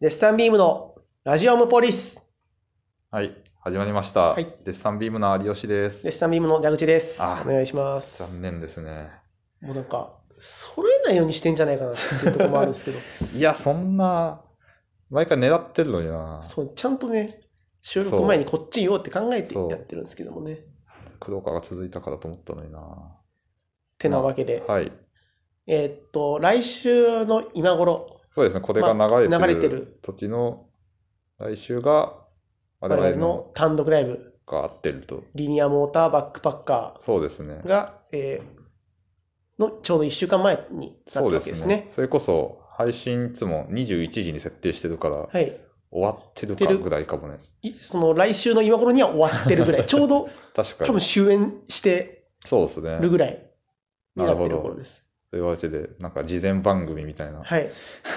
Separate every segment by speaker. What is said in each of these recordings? Speaker 1: デッサンビームのラジオムポリス。
Speaker 2: はい、始まりました。
Speaker 1: はい
Speaker 2: デッサンビームの有吉です。
Speaker 1: デッサンビームの蛇口です。
Speaker 2: あ
Speaker 1: お願いします。
Speaker 2: 残念ですね。
Speaker 1: もうなんか、揃えないようにしてんじゃないかなっていうところもあるんです けど、
Speaker 2: いや、そんな、毎回狙ってるのにな。
Speaker 1: そうちゃんとね、収録前にこっちよって考えて
Speaker 2: そう
Speaker 1: やってるんですけどもね。
Speaker 2: 黒川が続いたからと思ったのにな。
Speaker 1: てなわけで、
Speaker 2: はい。
Speaker 1: えーっと、来週の今頃、
Speaker 2: そうですね、これが
Speaker 1: まあ
Speaker 2: 流れてる,、
Speaker 1: 流れてる
Speaker 2: 時の、来週が、
Speaker 1: 我
Speaker 2: 我々
Speaker 1: 々
Speaker 2: の
Speaker 1: の単独ライブ、
Speaker 2: が合ってると。
Speaker 1: リニアモーターバックパッカ
Speaker 2: そうですね
Speaker 1: ー。が、えーのちょうど1週間前になった
Speaker 2: そう
Speaker 1: わ
Speaker 2: で
Speaker 1: け
Speaker 2: す
Speaker 1: で
Speaker 2: ね。
Speaker 1: すね。
Speaker 2: それこそ、配信いつも21時に設定してるから、
Speaker 1: はい。
Speaker 2: 終わってるか
Speaker 1: てる
Speaker 2: ぐらいかもね。
Speaker 1: いその来週の今頃には終わってる ぐらい、ちょうど
Speaker 2: 確か
Speaker 1: 多分
Speaker 2: に。
Speaker 1: 終演して
Speaker 2: そうですね。
Speaker 1: るぐらいになっ
Speaker 2: な
Speaker 1: て
Speaker 2: る
Speaker 1: る
Speaker 2: ほど
Speaker 1: 頃です。
Speaker 2: というわけで、なんか事前番組みたいな。
Speaker 1: はい。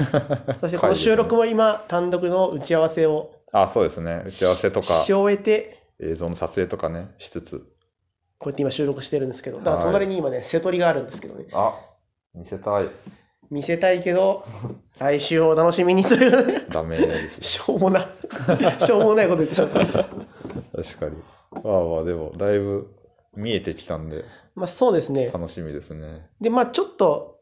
Speaker 1: そしてこの収録
Speaker 2: も。
Speaker 1: も今、単独の打ち合わせを
Speaker 2: あ、そうですね。打ち合わせとか、
Speaker 1: し終えて、
Speaker 2: 映像の撮影とかね、しつつ。
Speaker 1: こうやって今収録してるんですけど、だから
Speaker 2: はい
Speaker 1: 隣に今ね、瀬取りがあるんですけどね。
Speaker 2: あ、見せたい。
Speaker 1: 見せたいけど、来週をお楽しみにというね、
Speaker 2: ダメです。
Speaker 1: しょうもな、 しょうもないこと言ってしまった。
Speaker 2: 確かに。まあまあ、でも、だいぶ見えてきたんで、
Speaker 1: まあそうですね。
Speaker 2: 楽しみですね。
Speaker 1: で、まあちょっと、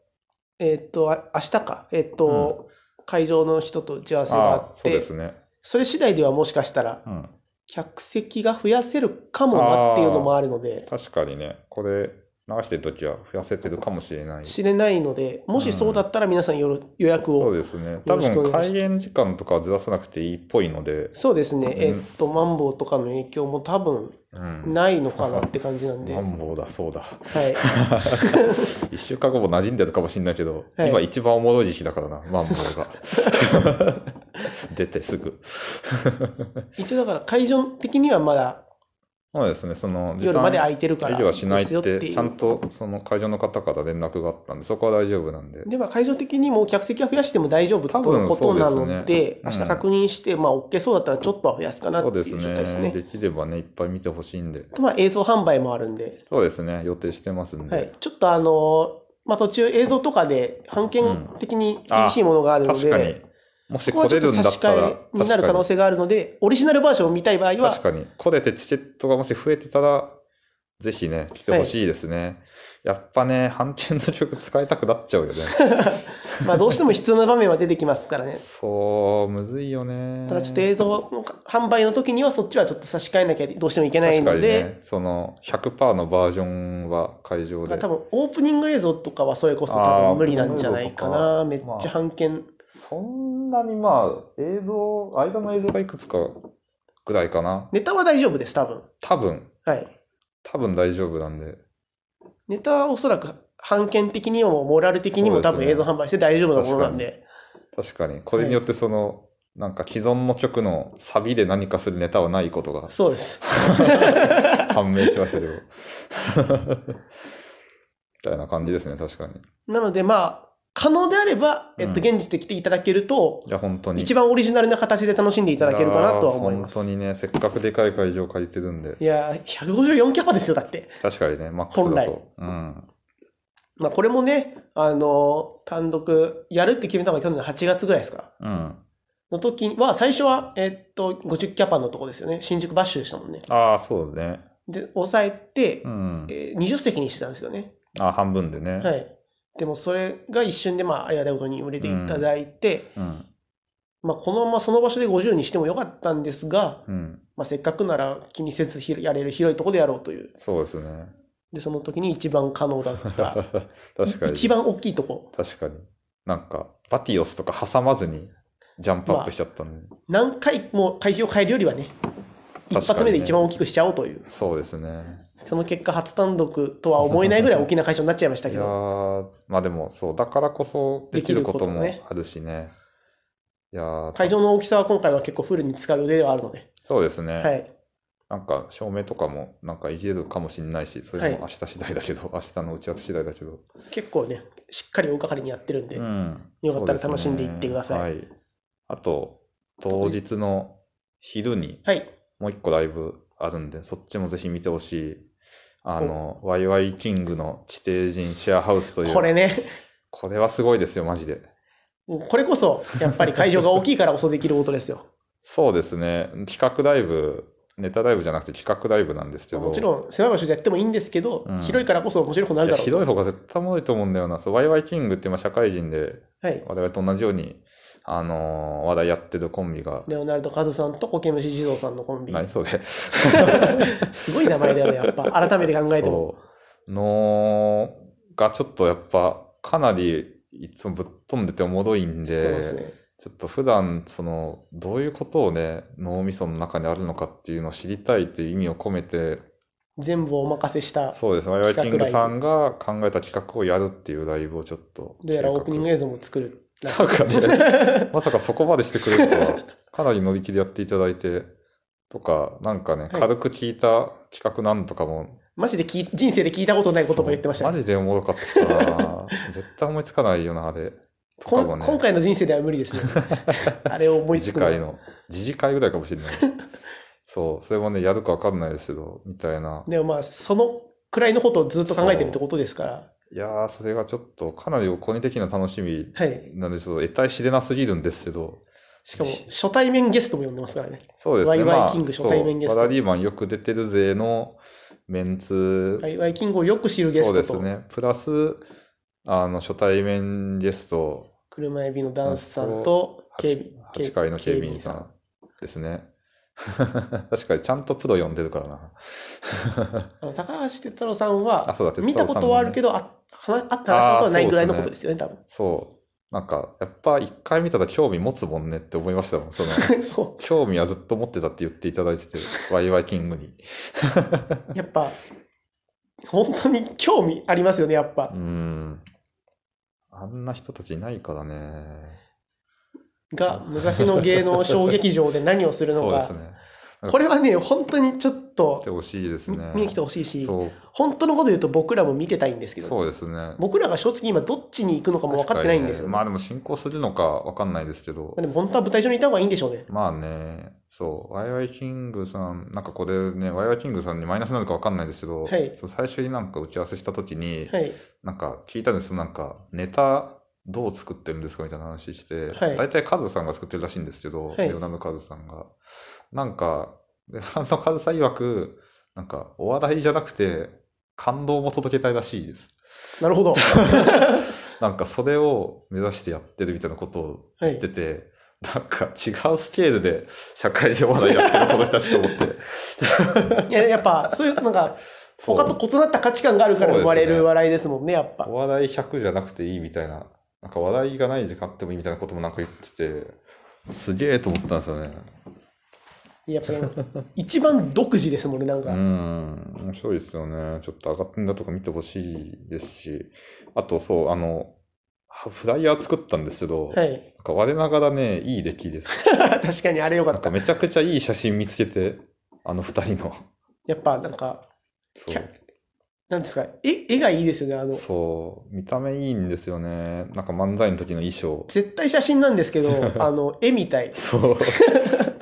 Speaker 1: えーっと、あ明日か、えーっと、会場の人と打ち合わせがあ
Speaker 2: あ
Speaker 1: っ
Speaker 2: そう
Speaker 1: て
Speaker 2: ですね。
Speaker 1: それ次第ではもしかしたら
Speaker 2: うん。
Speaker 1: 客席が増やせるかもなっていうのもあるので
Speaker 2: 確かにね、これ、流してるときは増やせてるかもしれない。
Speaker 1: 知れないので、もしそうだったら皆さんよろ予約を。
Speaker 2: そ
Speaker 1: そうう
Speaker 2: ですね。多
Speaker 1: よろしくお
Speaker 2: 分、
Speaker 1: 願いします
Speaker 2: 開演時間とかはずらさなくていいっぽいので、
Speaker 1: ですね、
Speaker 2: うん
Speaker 1: えっと、マンボウとかの影響も多分
Speaker 2: うん。
Speaker 1: ないのかなって感じなんで、
Speaker 2: マ
Speaker 1: は
Speaker 2: ンボウだ、そうだ。
Speaker 1: い、
Speaker 2: 一週間後も馴染んでるかもしれないけど、
Speaker 1: はい
Speaker 2: 今一番おもろい時期だからな、マンボウが。 出てすぐ。
Speaker 1: 一応だから会場的にはまだ
Speaker 2: そうですね、その
Speaker 1: 夜まで空いてるから
Speaker 2: 営業はしないっ
Speaker 1: ですよってい
Speaker 2: て、
Speaker 1: う
Speaker 2: ちゃんとその会場の方から連絡があったんで、そこは大丈夫なんで。
Speaker 1: では会場的にも客席は増やしても大丈夫と
Speaker 2: 多
Speaker 1: の
Speaker 2: 分
Speaker 1: ことな
Speaker 2: そう
Speaker 1: の
Speaker 2: で
Speaker 1: で
Speaker 2: すね、
Speaker 1: 明日
Speaker 2: うん
Speaker 1: 確認して、まあ OK そうだったらちょっとは増やすかな
Speaker 2: そ
Speaker 1: っ
Speaker 2: う
Speaker 1: てい
Speaker 2: で
Speaker 1: う
Speaker 2: す
Speaker 1: 状態
Speaker 2: ね
Speaker 1: ですね。
Speaker 2: できればね、いっぱい見てほしいんで。
Speaker 1: まあ映像販売もあるんで、
Speaker 2: そうですね、予定してますんで。
Speaker 1: はい、ちょっとあのーまあ途中映像とかで判件的に厳しいものがあるので、
Speaker 2: 確かに。もし
Speaker 1: そこは
Speaker 2: 来
Speaker 1: ちょっと
Speaker 2: れるんだ
Speaker 1: 差
Speaker 2: っ
Speaker 1: した
Speaker 2: ら
Speaker 1: 替、えになる可能
Speaker 2: 性
Speaker 1: 性があるので、オリジナルバージョンを見たい場合
Speaker 2: 確
Speaker 1: は、
Speaker 2: かに。来れてチケットがもし増えてたら、ぜひね、来てほしいですね。やっぱね、反転の曲使いたくなっ ちゃうよね。
Speaker 1: まあどうしても必要な場面は出てきますからね。
Speaker 2: そう、むずいよね。
Speaker 1: ただちょっと映像の販売の時にはそっちはちょっと差し替えなきゃどうしてもいけない
Speaker 2: 確か
Speaker 1: の
Speaker 2: に
Speaker 1: で、
Speaker 2: ね、その100%のバージョンは会場
Speaker 1: まあ
Speaker 2: で
Speaker 1: 多。分オープニング映像とかはそれこそ多分無理なんじゃないかな。
Speaker 2: あー
Speaker 1: めっちゃ判件。
Speaker 2: そんなにまあ、映像、間の映像がいくつかぐらいかな。
Speaker 1: ネタは大丈夫です、多分。
Speaker 2: 多分、
Speaker 1: はい。
Speaker 2: 多分大丈夫なんで。
Speaker 1: ネタはおそらく判件的にもモラル的にも多
Speaker 2: そう
Speaker 1: 分
Speaker 2: ですね
Speaker 1: 映像販売して大丈夫なものなんで、
Speaker 2: 確かに。これによってその、なんか既存の曲のサビで何かするネタはないことが
Speaker 1: そうです。
Speaker 2: 判明しましたけど。みたいな感じですね、確かに。
Speaker 1: なのでまあ、可能であれば、えっと、
Speaker 2: う
Speaker 1: 現実で来ていただけると、
Speaker 2: いや、本当に。
Speaker 1: 一番オリジナルな形で楽しんでいただけるかなとは思い
Speaker 2: やー
Speaker 1: ます。
Speaker 2: 本当にね、せっかくでかい会場借りてるんで
Speaker 1: い。やー、154キャパですよ、だって。
Speaker 2: 確かにね、マックス
Speaker 1: 本
Speaker 2: だ
Speaker 1: 来
Speaker 2: と。うん。
Speaker 1: まあ、これもね、あのー単独、やるって決めたのが去年の8月ぐらいですか。
Speaker 2: うん。
Speaker 1: の時は、最初は、えっと、50キャパのとこですよね。新宿バッシュでしたもんね。
Speaker 2: ああ、そうね。
Speaker 1: で、抑えて
Speaker 2: う、ん。
Speaker 1: えー20席にしてたんですよね。
Speaker 2: あ半分でね。
Speaker 1: はい。でも、それが一瞬で、まあ、ありがたいことに売れていただいて、
Speaker 2: うん。
Speaker 1: まあ、このままその場所で50にしてもよかったんですが、
Speaker 2: うん。
Speaker 1: まあ、せっかくなら気にせずひやれる広いとこでやろうという。
Speaker 2: そうですね。
Speaker 1: で、その時に一番可能だった。
Speaker 2: 確かに。
Speaker 1: 一番大きいとこ。
Speaker 2: 確かに。なんか、バティオスとか挟まずにジャンプアップしちゃったんで。
Speaker 1: 何回も会場を変えるよりはね、
Speaker 2: 確かにね
Speaker 1: 一発目で一番大きくしちゃおうという。
Speaker 2: そうですね。
Speaker 1: その結果、初単独とは思えない ぐらい大きな会場になっちゃいました
Speaker 2: い
Speaker 1: け
Speaker 2: や
Speaker 1: ど、
Speaker 2: ーまあでも、そう、だからこそできることも
Speaker 1: できるこ
Speaker 2: あるしね。いやー
Speaker 1: 会場の大きさは今回は結構フルに使う腕ではあるので、
Speaker 2: そうですね。
Speaker 1: はい。
Speaker 2: なんか、照明とかも、なんかいじれるかもしれないし、それも明日次第だけど、 明日の打ち合わせ次第だけど。
Speaker 1: 結構ね、しっかり大掛かりにやってるんで、
Speaker 2: うん、
Speaker 1: よかったら
Speaker 2: そう
Speaker 1: 楽し
Speaker 2: すね
Speaker 1: んでいってください
Speaker 2: はい。あと、当日の昼に
Speaker 1: はい。
Speaker 2: もう一個ライブあるんで、そっちもぜひ見てほしい。あの、ワイワイキングの地底人シェアハウスという。
Speaker 1: これね、
Speaker 2: これはすごいですよ、マジで。
Speaker 1: これこそ、やっぱり会場が大きいからこそできることです よ。
Speaker 2: そうですね。企画ライブ、ネタライブじゃなくて企画ライブなんですけど。
Speaker 1: もちろん、狭い場所でやってもいいんですけど、
Speaker 2: うん
Speaker 1: 広いからこそ面白くなるだ
Speaker 2: いや
Speaker 1: ろう
Speaker 2: ひ
Speaker 1: と
Speaker 2: どい方が絶対おもろいと思うんだよな。そう、ワイワイキングって今社会人で、
Speaker 1: はい。
Speaker 2: 我々と同じように、あのー話題やってるコンビが、
Speaker 1: レオナルド・カズさんとコケムシ・ジゾウさんのコンビ。
Speaker 2: 何それ。
Speaker 1: すごい名前だよね、やっぱ。改めて考えても。
Speaker 2: そうのがちょっとやっぱかなりいつもぶっ飛んでておもろいん
Speaker 1: そう
Speaker 2: で
Speaker 1: ですね。
Speaker 2: ちょっと普段そのどういうことをね脳みその中にあるのかっていうのを知りたいっていう意味を込めて
Speaker 1: 全部お任せした。
Speaker 2: そうですね我々キング
Speaker 1: 企画ラ
Speaker 2: さ
Speaker 1: イブ
Speaker 2: んが考えた企画をやるっていうライブをちょっと
Speaker 1: どうやらオープニング映像も作るらしい。
Speaker 2: なんかねまさかそこまでしてくれる とはかなり乗り気でやっていただいてとかなんかね
Speaker 1: はい
Speaker 2: 軽く聞いた企画なんとかも
Speaker 1: マジで聞い人生で聞いたことない言葉言ってました
Speaker 2: そう
Speaker 1: ね
Speaker 2: マジでおもろかったな 絶対思いつかないよなあれと
Speaker 1: こ
Speaker 2: か
Speaker 1: ん
Speaker 2: もね
Speaker 1: 今回の人生では無理です ね。あれを思いつ
Speaker 2: 次
Speaker 1: くのは
Speaker 2: 回の次次回ぐらいかもしれない そうそれもねやるかわかんないですけどみたいな
Speaker 1: でもまあ、そのくらいのことをずっと考えてるってことですから。
Speaker 2: いやーそれがちょっとかなり個人的な楽しみ
Speaker 1: はい。
Speaker 2: なんですけど得体知れなすぎるんですけど
Speaker 1: しかも、初対面ゲストも呼んでますからね。
Speaker 2: そうです
Speaker 1: ワイ
Speaker 2: ね
Speaker 1: ワイ
Speaker 2: まあ
Speaker 1: キング初対面ゲスト
Speaker 2: そうサラリーマンよく出てる勢のメンツ
Speaker 1: ワイワイキングをよく知るゲ
Speaker 2: そ
Speaker 1: ス
Speaker 2: う
Speaker 1: ト
Speaker 2: です
Speaker 1: と、
Speaker 2: ねプラスあの初対面ゲスト
Speaker 1: 車エビのダンスさんと、警備
Speaker 2: 8, 8階の警備員さん。ですね。 確かにちゃんとプロ呼んでるからな。
Speaker 1: あの高橋哲郎さん
Speaker 2: あ、
Speaker 1: は、
Speaker 2: そうだって、
Speaker 1: 見たことはあるけど、あ話会った話したことはないぐらいのことですよね、多
Speaker 2: 哲郎さんもね。そう。なんか、やっぱ一回見たら興味持つもんねって思いましたもん。その、
Speaker 1: 分。 そ
Speaker 2: 興味はずっと持ってたって言っていただいてて、ワイワイキングに。
Speaker 1: う。やっぱ、本当に興味ありますよね、やっぱ
Speaker 2: う。ん。あんな人たちいないからね。
Speaker 1: が、昔の芸能小劇場で何をする
Speaker 2: そ
Speaker 1: の
Speaker 2: うです
Speaker 1: か。
Speaker 2: ね。
Speaker 1: これはね、本当にちょっ
Speaker 2: 来
Speaker 1: と
Speaker 2: てほしいです
Speaker 1: み
Speaker 2: ね。
Speaker 1: 見に来てほしいし、
Speaker 2: そう
Speaker 1: 本当のこと言うと僕らも見てたいんですけど、
Speaker 2: そうですね。
Speaker 1: 僕らが正直今どっちに行くのかも分かってないんですよ
Speaker 2: 確かにね
Speaker 1: ね。
Speaker 2: ま
Speaker 1: ま
Speaker 2: あでも進行するのかわかんないですけど
Speaker 1: あ、。でも本当は舞台上にいた方がいいんでしょうね。
Speaker 2: まあね、そう、ワイワイキングさん、なんかこれね、ワイワイキングさんにマイナスなのかわかんないですけど、
Speaker 1: はい
Speaker 2: そう最初になんか打ち合わせしたときに、
Speaker 1: はい。
Speaker 2: なんか聞いたんですなんかネタどう作ってるんですかみたいな話して、
Speaker 1: はい
Speaker 2: 大体カズさんが作ってるらしいんですけど、
Speaker 1: はい
Speaker 2: レオナルドカズさんが。なんか、レオナルドカズさん曰く、なんかお笑いじゃなくて、感動も届けたいらしいです。
Speaker 1: な るほど。
Speaker 2: なんかそれを目指してやってるみたいなことを
Speaker 1: は
Speaker 2: やっ
Speaker 1: い
Speaker 2: て。て、なんか違うスケールで社会上話題やってるこの人たちと思って。
Speaker 1: いや、やっぱ、そういう、なんか、
Speaker 2: そう
Speaker 1: 他と異なった価値観があるから生まれる笑いですもんね、やっぱ
Speaker 2: お。笑い100じゃなくていいみたいな、なんか笑いがない時間あってもいいみたいなこともなんか言ってて、すげえと思ったんですよね。
Speaker 1: やっぱ、一番独自ですもんね、なん
Speaker 2: う
Speaker 1: か。
Speaker 2: ん、面白いですよね。ちょっと上がってんだとか見てほしいですし、あとそう、あの、フライヤー作ったんですけど、
Speaker 1: はい。
Speaker 2: なんか我ながらね、いい出来です。
Speaker 1: 確かにあれよか
Speaker 2: なん
Speaker 1: っ
Speaker 2: か
Speaker 1: た。
Speaker 2: めちゃくちゃいい写真見つけて、あの二人の。
Speaker 1: やっぱ、なんか、
Speaker 2: そう
Speaker 1: キャなんですか、絵絵がいいですよね、あの、
Speaker 2: そう、見た目いいんですよね。なんか漫才の時の衣装。
Speaker 1: 絶対写真なんですけ ど、あの、絵みたい。
Speaker 2: そう。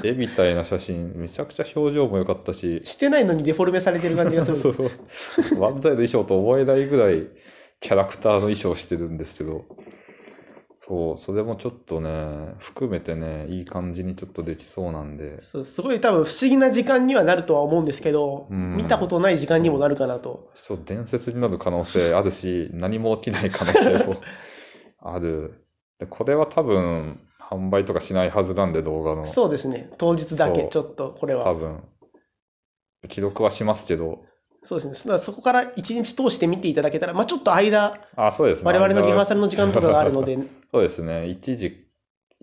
Speaker 2: 絵みたいな写真、めちゃくちゃ表情も良かったし、
Speaker 1: してないのにデフォルメされてる感じがする。
Speaker 2: そう漫才の衣装と思えないぐらいキャラクターの衣装してるんですけど、そう、それもちょっとね、含めてね、いい感じにちょっとでき そうなんで、
Speaker 1: そうすごい多分不思議な時間にはなるとは思うんですけど、
Speaker 2: うん
Speaker 1: 見たことない時間にもなるかなと。
Speaker 2: そう、伝説になる可能性あるし、何も起きない可能 性もある。で、これは多分、販売とかしないはずなんで、動画の。
Speaker 1: そうですね。当日だ
Speaker 2: そ
Speaker 1: け
Speaker 2: う
Speaker 1: ちょっとこれ
Speaker 2: 多
Speaker 1: は。
Speaker 2: 分記録はしますけど、
Speaker 1: そうですね。そそこから一日通して見ていただけたら、まあちょっと間、
Speaker 2: あ、そうですね。
Speaker 1: 我々のリハーサル
Speaker 2: ル。
Speaker 1: の時間とかがあるので、
Speaker 2: そうですね。1時、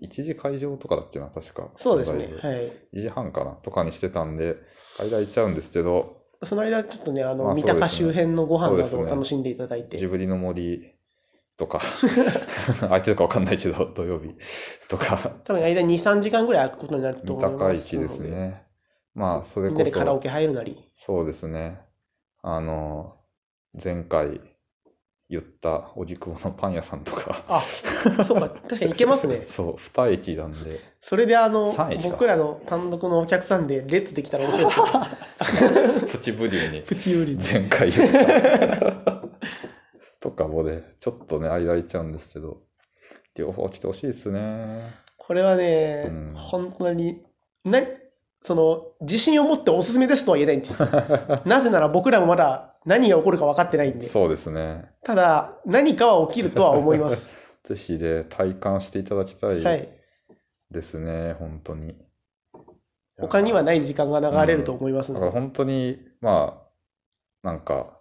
Speaker 2: 1時会場とかだっけな、確か。
Speaker 1: そうですね
Speaker 2: ライ。ブ
Speaker 1: はい。
Speaker 2: 1時半かな、とかにしてたんで、間行っちゃうんですけど、
Speaker 1: その間、ちょっとね、あの、
Speaker 2: まあ
Speaker 1: 三鷹
Speaker 2: そ
Speaker 1: 周
Speaker 2: うですね
Speaker 1: 辺のご飯など
Speaker 2: そう
Speaker 1: を
Speaker 2: ですね
Speaker 1: 楽しんでいただいて、
Speaker 2: ジブリの森 とか、 空いてるか分かんないけど、土曜日とか、
Speaker 1: 多分間に2、3時間ぐらい空くことになると
Speaker 2: 三
Speaker 1: 思い
Speaker 2: 鷹
Speaker 1: ます
Speaker 2: 駅
Speaker 1: ので。
Speaker 2: ですね。まあ、それ
Speaker 1: みんな
Speaker 2: こ
Speaker 1: でカラオ
Speaker 2: そ、
Speaker 1: ケ入るなり。
Speaker 2: そうですね。あの、前回言った荻窪のパン屋さんとか、
Speaker 1: あ、そうか、確かに行けますね。
Speaker 2: そう、二駅なんで。
Speaker 1: それで、あの
Speaker 2: 三駅、か
Speaker 1: 僕らの単独のお客さんで列できた ら面白いですけど、
Speaker 2: プチブリューに
Speaker 1: プチ売りで。
Speaker 2: 前回言 ったとかもねちょっとね間空いちゃうんですけど両方来てほしいですね。
Speaker 1: これはね、
Speaker 2: うん
Speaker 1: 本当に、な、その、自信を持っておすすめですとは言えないんですよ。 なぜなら僕らもまだ何が起こるか分かってないんで。
Speaker 2: そうですね。
Speaker 1: ただ、何かは起きるとは思います。
Speaker 2: ぜひで体感 していただきた
Speaker 1: はいい。
Speaker 2: ですね、本当に。
Speaker 1: 他にはいない時間が流れると思います
Speaker 2: やだ
Speaker 1: の
Speaker 2: か
Speaker 1: で。
Speaker 2: ら本当に、まあ、なんか、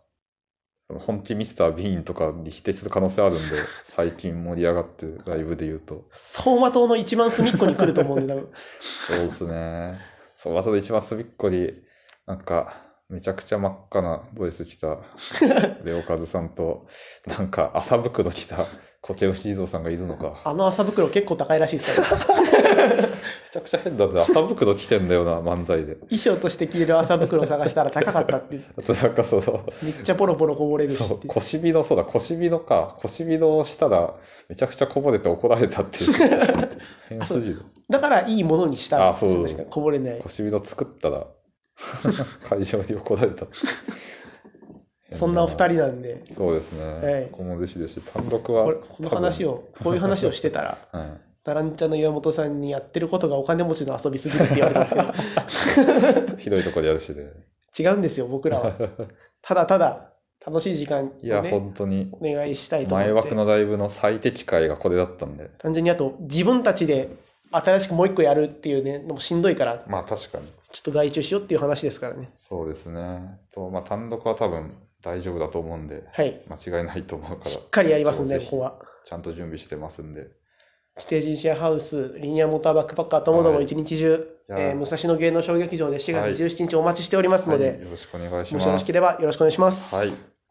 Speaker 2: その本気ミスター・ビーンとかに否定する可能性あるんで、最近盛り上がってるライブで言うと。
Speaker 1: 走馬灯の一番隅っこに来ると思うんで、多 分。
Speaker 2: そうですね。そう、わざと一番隅っこに、なんか、めちゃくちゃ真っ赤なドレス着 たレオカズさんと、なんか麻袋着たコケウシーゾーさんがいるのか。
Speaker 1: あの麻袋結構高いらしいです よ。
Speaker 2: めちゃくちゃ変だって、麻袋着てんだよな、漫才で。
Speaker 1: 衣装として着れる麻袋を探したら高かったっていう。
Speaker 2: あとなんかその、
Speaker 1: めっちゃポロポロこぼれるし
Speaker 2: そ
Speaker 1: っ
Speaker 2: う
Speaker 1: ていう
Speaker 2: 腰火のそうだ腰火のか腰火のをしたらめちゃくちゃこぼれて怒られたっていう 変筋の
Speaker 1: だからいいものにしたら、
Speaker 2: あそうそう
Speaker 1: 確かにこぼれない。
Speaker 2: 腰火の作っ たら会場に怒られたって
Speaker 1: そんなお二人なんで、
Speaker 2: そうですね、
Speaker 1: はい
Speaker 2: ここも嬉しいですし単独は
Speaker 1: これこの話を、こういう話をしてたら、
Speaker 2: 多分はい
Speaker 1: タランチャの岩本さんにやってることがお金持ちの遊びすぎるって言われたんです
Speaker 2: ひどいところでやるし ね
Speaker 1: け ど、違うんですよ、僕らは。ただただ楽しい時間を
Speaker 2: いや、
Speaker 1: ね、
Speaker 2: 本当に
Speaker 1: お願いしたいと
Speaker 2: 前
Speaker 1: 思っ
Speaker 2: 枠
Speaker 1: て。
Speaker 2: のライブの最適解がこれだったんで
Speaker 1: 単純にあと、自分たちで新しくもう一個やるっていうね、のもしんどいから、
Speaker 2: まあ確かに
Speaker 1: ちょっと外注しようっていう話ですからね。
Speaker 2: そうですねとまあ単独は多分大丈夫だと思うんで
Speaker 1: はい。
Speaker 2: 間違いないと思うから
Speaker 1: しっかりやりますんで、
Speaker 2: そう
Speaker 1: こ
Speaker 2: ぜひ
Speaker 1: こは。
Speaker 2: ちゃんと準備してますんで
Speaker 1: 規定人シェアハウス、リニアモーターバックパッカーともども
Speaker 2: はい
Speaker 1: 一日中、
Speaker 2: いやー
Speaker 1: えー武蔵野芸能小劇場で4
Speaker 2: はい
Speaker 1: 月17日お待ちしておりますので、
Speaker 2: はい、よろしくお願いし
Speaker 1: も
Speaker 2: ま
Speaker 1: し
Speaker 2: す。
Speaker 1: よろしければよろしくお願いします。
Speaker 2: はい。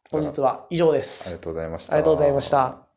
Speaker 1: 本日は以上です。
Speaker 2: ありがとうございました。
Speaker 1: ありがとうございました。